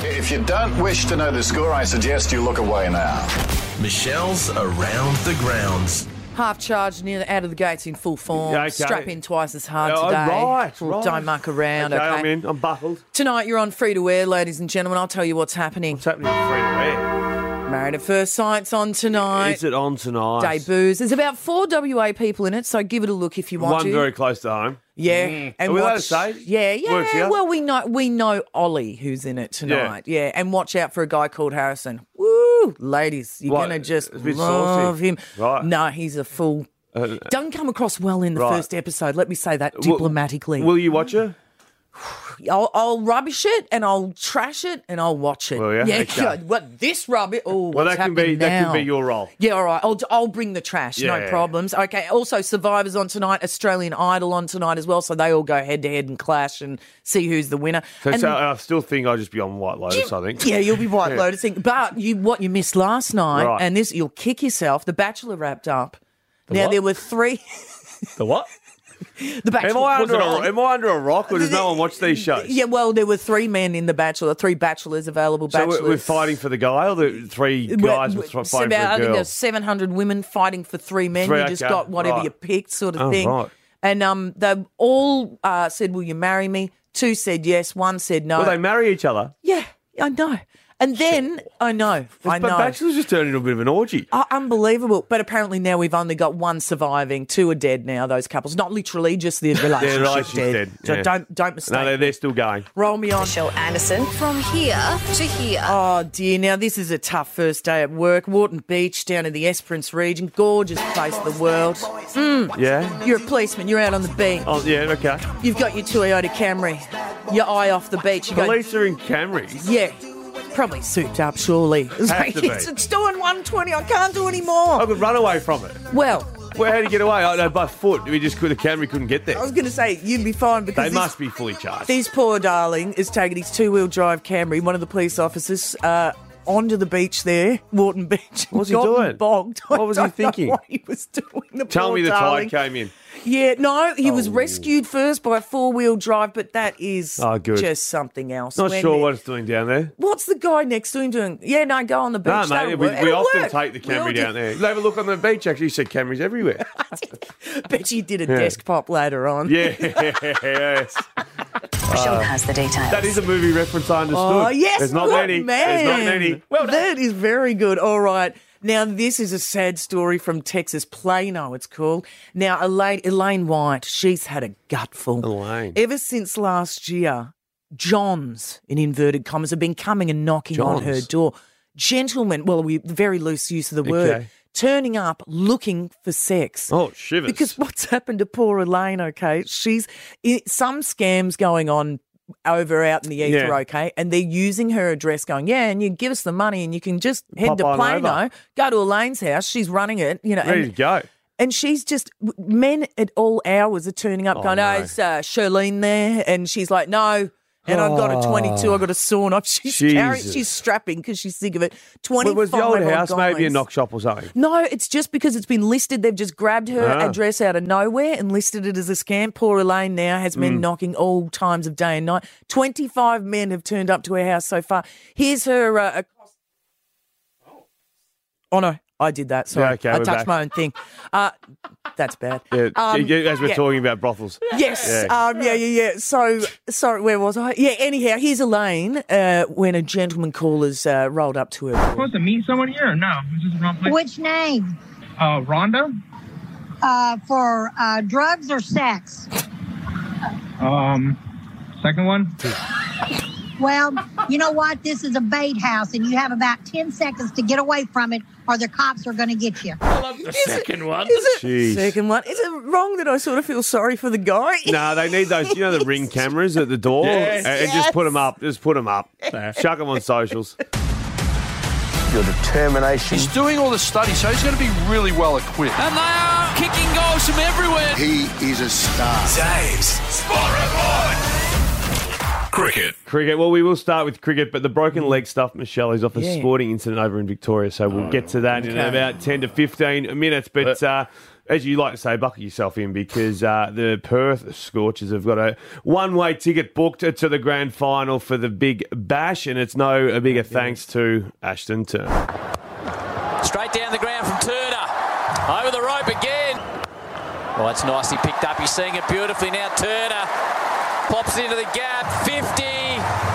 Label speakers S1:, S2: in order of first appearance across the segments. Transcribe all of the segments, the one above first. S1: If you don't wish to know the score, I suggest you look away now.
S2: Michelle's around the grounds.
S3: Half charge near the, out of the gates in full form.
S4: Yeah, okay.
S3: Strap in twice as hard
S4: Oh,
S3: today.
S4: right,
S3: Well,
S4: right.
S3: Don't muck around. Okay,
S4: I'm in. I'm buckled.
S3: Tonight you're on free to wear, ladies and gentlemen. I'll tell you what's happening.
S4: It's happening free to air.
S3: Married at First Sight's on tonight.
S4: Is it on tonight?
S3: Debuts. There's about four WA people in it, so give it a look if you want
S4: One
S3: to.
S4: very close to home.
S3: Yeah, and
S4: Mm. Are we allowed
S3: watch-
S4: to say?
S3: Yeah, yeah.
S4: Works out?
S3: Well, we know we know Ollie who's in it
S4: Yeah.
S3: tonight. Yeah. and watch out for a guy called Harrison. Woo, ladies, you're
S4: Right,
S3: gonna just
S4: a bit saucy.
S3: love him.
S4: Right. Uh,
S3: No, he's a fool. Doesn't come across well in the
S4: Right.
S3: first episode. Let me say that
S4: Will-
S3: diplomatically.
S4: Will you watch her?
S3: I'll, I'll rubbish it and I'll trash it and I'll watch it.
S4: Will ya?
S3: Yeah,
S4: Okay.
S3: God, What this rubbish? Oh,
S4: Well,
S3: what's
S4: that can be
S3: happening
S4: that
S3: now?
S4: can be your role.
S3: Yeah, all right. I'll, I'll bring the trash.
S4: Yeah,
S3: no
S4: yeah, yeah.
S3: problems. Okay. Also, Survivor's on tonight, Australian Idol on tonight as well. So they all go head to head and clash and see who's the winner.
S4: So,
S3: And
S4: so I still think I'll just be on White Lotus. I think.
S3: yeah, you'll be white lotus. thing. But you, what you missed last night,
S4: Right.
S3: and this, you'll kick yourself. The Bachelor wrapped up. now
S4: what?
S3: there were three.
S4: The what?
S3: The Bachelor
S4: Am I
S3: was
S4: under
S3: it
S4: a,
S3: on?
S4: am I under a rock, or does no one watch these shows?
S3: Yeah, well, there were three men in the Bachelor, three bachelors available.
S4: So
S3: Bachelors.
S4: we're, we're fighting for the guy, or the three
S3: Well,
S4: guys were
S3: it's
S4: thro- fighting
S3: about- I
S4: for
S3: think
S4: a girl.
S3: there's 700 women fighting for three men.
S4: Three,
S3: you just
S4: okay,
S3: got whatever
S4: right.
S3: you picked, sort of
S4: Oh,
S3: thing.
S4: right.
S3: And um, they all uh, said, "Will you marry me?" Two said yes, one said no.
S4: Will they marry each other?
S3: yeah, I know. And then I know, I
S4: but
S3: know.
S4: Bachelor's just turned into a bit of an orgy.
S3: Oh, unbelievable. But apparently now we've only got one surviving. Two are dead now, those couples. Not literally, just the relationship
S4: relationship's
S3: dead.
S4: dead,
S3: So
S4: yeah.
S3: don't don't mistake.
S4: No, they're, they're still going.
S3: Roll me on.
S5: Michelle Anderson. From here to here.
S3: Oh dear, now this is a tough first day at work. Wharton Beach down in the Esperance region, gorgeous place of the world.
S4: Yeah.
S3: You're a policeman, you're out on the beach,
S4: Oh, yeah. Okay.
S3: you've got your Toyota Camry, your eye off the beach, you go,
S4: Police are in Camrys.
S3: yeah, probably souped up, surely. It's
S4: Had
S3: like,
S4: to be. Oh.
S3: it's, it's doing 120, I can't do any more.
S4: I could run away from it.
S3: Well,
S4: Well, how do you get away? I know by foot. We just could. The Camry couldn't get
S3: I
S4: there.
S3: was going to say, you'd be fine because
S4: They
S3: this,
S4: must be fully charged.
S3: this poor darling is taking his two wheel drive Camry, one of the police officers, uh, onto the beach there, Wharton Beach. and
S4: What's he
S3: got
S4: doing?
S3: Bogged. I
S4: What was he
S3: don't know
S4: thinking?
S3: What he was doing. The
S4: Tell
S3: poor
S4: me the Oh. tide
S3: darling.
S4: came in.
S3: Yeah, no, he was rescued first by four wheel drive, but that is
S4: Oh, good.
S3: just something else.
S4: Not
S3: When-
S4: sure what it's doing down there.
S3: What's the guy next to him doing? Yeah, no, go on the beach.
S4: No,
S3: That'll
S4: mate, we,
S3: work.
S4: we
S3: It'll
S4: often
S3: work.
S4: take the
S3: We all
S4: Camry
S3: do.
S4: down there. Have a look on the beach. Actually, you said Camrys everywhere.
S3: Bet you did a desk pop later on.
S4: yes.
S5: Michelle has the details.
S4: That is a movie reference I understood.
S3: Oh, yes,
S4: There's not
S3: good
S4: many.
S3: Man.
S4: There's not many. Well done.
S3: That is very good. All right. Now, this is a sad story from Texas, Plano, it's called. Now, Elaine, Elaine White, she's had a gutful.
S4: Elaine.
S3: Ever since last year, Johns, in inverted commas, have been coming and knocking on her
S4: Johns.
S3: door. Gentlemen, well, we very loose use of the word,
S4: Okay.
S3: turning up looking for sex.
S4: Oh, shivers.
S3: Because what's happened to poor Elaine, okay? She's i some scams going on over out in the ether,
S4: Yeah.
S3: okay? And they're using her address, going, yeah, and you give us the money and you can just head
S4: Pop
S3: to
S4: on
S3: Plano,
S4: over."
S3: go to Elaine's house. She's running it, you know.
S4: ready
S3: And,
S4: to go.
S3: and she's just, men at all hours are turning up, going, oh,
S4: no.
S3: it's uh, Charlene there. And she's like, no. And I've got a 22, I've got a sawn off. She's carrying,
S4: Jesus.
S3: she's strapping because she's sick of it. 25
S4: But was the old
S3: odd
S4: house maybe a
S3: guys.
S4: knock shop or something?
S3: No, it's just because it's been listed. They've just grabbed her
S4: Ah.
S3: address out of nowhere and listed it as a scam. Poor Elaine now has
S4: Mm.
S3: men knocking all times of day and night. 25 men have turned up to her house so far. Here's her. Uh, across- oh, no. I did that. Sorry.
S4: Yeah, okay,
S3: I
S4: we're
S3: touched
S4: back.
S3: my own thing. Uh, that's bad.
S4: Yeah,
S3: Um,
S4: as we're
S3: yeah.
S4: talking about brothels.
S3: Yes. Yeah.
S4: Yeah.
S3: Um, yeah, yeah, yeah. So, sorry, where was I? Yeah, anyhow, here's Elaine uh, when a gentleman caller's uh, rolled up to her. door.
S6: supposed to meet someone here or no? Is this the wrong place?
S7: Which name?
S6: Uh, Rhonda?
S7: Uh, for uh, drugs or sex?
S6: Um, second one?
S7: Well, you know what? This is a bait house, and you have about 10 seconds to get away from it, or the cops are going to get you.
S3: Is it
S4: Jeez.
S3: second one? Is it wrong that I sort of feel sorry for the guy?
S4: No, they need those, you know, the ring cameras at the door,
S3: Yes.
S4: and, and just put
S3: Yes.
S4: them up. Just put them up. Chuck them on socials.
S8: Your determination.
S9: He's doing all the study, so he's going to be really well equipped. And they are kicking goals from everywhere.
S1: He is a star.
S2: Dave's Spot Report. Cricket.
S4: Cricket. Well, we will start with cricket, but the broken leg stuff, Michelle, is off a
S3: Mm. Yeah.
S4: sporting incident over in Victoria. So we'll get to that in about 10 to 15 minutes. But uh, as you like to say, buckle yourself in because uh, the Perth Scorchers have got a one way ticket booked to the grand final for the Big Bash, and it's no bigger thanks to Ashton Turner.
S10: Straight down the ground from Turner. Over the rope again. Well, that's nicely picked up. He's seeing it beautifully now. Turner pops into the gap. 50.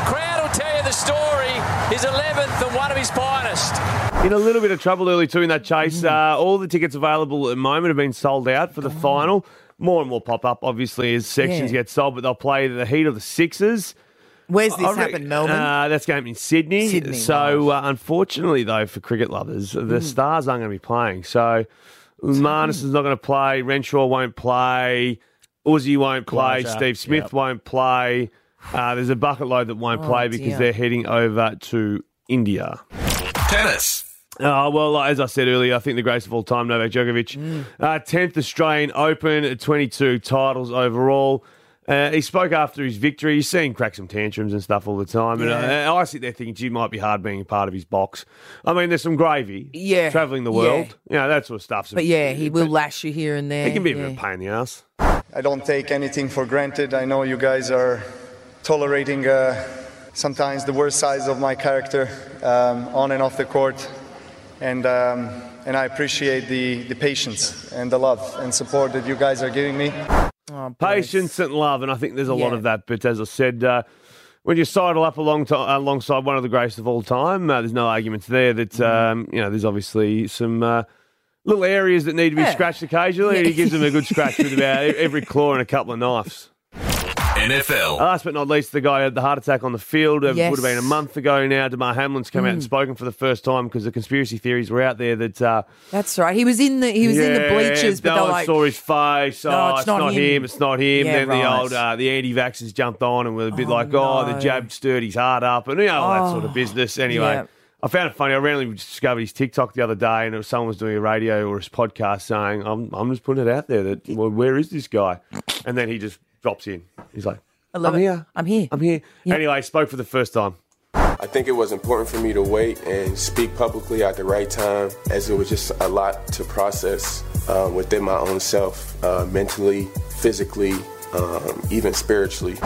S10: Crowd will tell you the story. His 11th and one of his finest.
S4: In a little bit of trouble early too in that
S3: Mm.
S4: chase. Uh, all the tickets available at the moment have been sold out for the final. More and more pop up, obviously, as sections
S3: Yeah.
S4: get sold, but they'll play the heat of the Sixers.
S3: Where's this
S4: I re-
S3: happened, Melbourne?
S4: Uh, that's going in Sydney.
S3: Sydney, Mm.
S4: so, uh, unfortunately, though, for cricket lovers, the Stars aren't going to be playing. So, Marnus is not going to play. Renshaw won't play. Uzi won't play.
S11: Glazer,
S4: Steve Smith won't play. Uh, there's a bucket load that won't
S11: Oh,
S4: play because
S11: dear.
S4: they're heading over to India. Tennis. Uh, well, as I said earlier, I think the greatest of all time, Novak Djokovic,
S3: Mm.
S4: uh, 10th Australian Open, 22 titles overall. Uh, he spoke after his victory. He's seen crack some tantrums and stuff all the time. And, uh,
S11: Yeah.
S4: and I sit there thinking, gee, it might be hard being a part of his box. I mean, there's some gravy.
S3: Yeah.
S4: Traveling the
S3: Yeah.
S4: world. Yeah. You know, that sort of stuff.
S3: but yeah, he will lash you here and there.
S4: It can be a bit
S3: yeah.
S4: of a pain in the ass.
S12: I don't take anything for granted. I know you guys are tolerating uh, sometimes the worst sides of my character um, on and off the court, and um, and I appreciate the, the patience and the love and support that you guys are giving me.
S3: Oh,
S4: Patience and love, and I think there's a lot
S12: Yeah.
S4: of that. But as I said, uh, when you sidle up along to, alongside one of the greatest of all time, uh, there's no arguments there that
S2: Mm.
S4: um, you know there's obviously some uh, little areas that need to be
S2: Yeah.
S4: scratched occasionally. and He gives them a good scratch with about e- every claw and a couple of knives.
S2: NFL.
S4: Last but not least, the guy who had the heart attack on the field. It
S2: Yes. Mm.
S4: would have been a month ago now. Demar Hamlin's come out and spoken for the first time because the conspiracy theories were out there that uh,
S3: That's right. He was in the he was in the
S4: yeah,
S3: bleachers, but
S4: no
S3: they're
S4: one
S3: like,
S4: saw his face. Oh,
S3: No,
S4: it's, not, him. It's not him.
S3: Yeah,
S4: then the
S3: right.
S4: old uh, the anti-vaxxers jumped on and were a bit like, oh, the
S11: no.
S4: jab stirred his heart up, and you know all that sort
S11: Oh.
S4: of business. Anyway.
S11: Yeah.
S4: I found it funny. I randomly discovered his TikTok the other day, and it was someone was doing a radio or his podcast saying, "I'm, I'm just putting it out there that well, where is this guy?" And then he just drops in. He's like,
S3: I love
S4: I'm
S3: it.
S4: here.
S3: I'm here.
S4: I'm here." Anyway, spoke for the first time.
S13: I think it was important for me to wait and speak publicly at the right time, as it was just a lot to process uh, within my own self, uh, mentally, physically, um, even spiritually.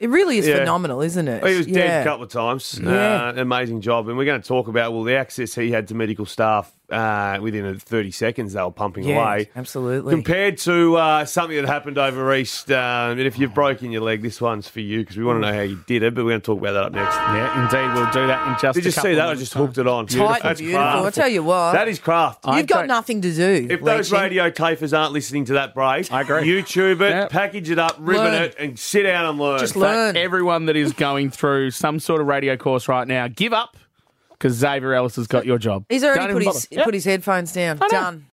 S3: it really is
S4: Yeah.
S3: phenomenal, isn't it?
S4: Oh, He was dead
S3: Yeah.
S4: a couple of times.
S3: Yeah.
S4: Uh, amazing job. And we're going to talk about, well, the access he had to medical staff uh, within 30 seconds, they were pumping
S3: Yeah,
S4: away.
S3: Absolutely.
S4: Compared to uh, something that happened over East, um, and if you've broken your leg, this one's for you because we want to know how you did it, but we're going to talk about that up next. Yeah, indeed. We'll do that in just Did
S11: a
S4: you see
S11: couple
S4: that? I
S11: minutes'
S4: just hooked it on.
S3: Tight and beautiful. I tell you what.
S4: That is craft.
S3: You've got nothing to do.
S4: If those
S3: Leachy.
S4: radio tafers aren't listening to that break, I agree. YouTube it, package it up, ribbon
S11: Learn.
S4: it, and sit down and learn.
S11: In fact, Everyone that is going through some sort of radio course right now, give up because Xavier Ellis has got your job.
S3: He's
S11: Don't
S3: already
S11: even
S3: put
S11: bother.
S3: his, put his headphones down. Done.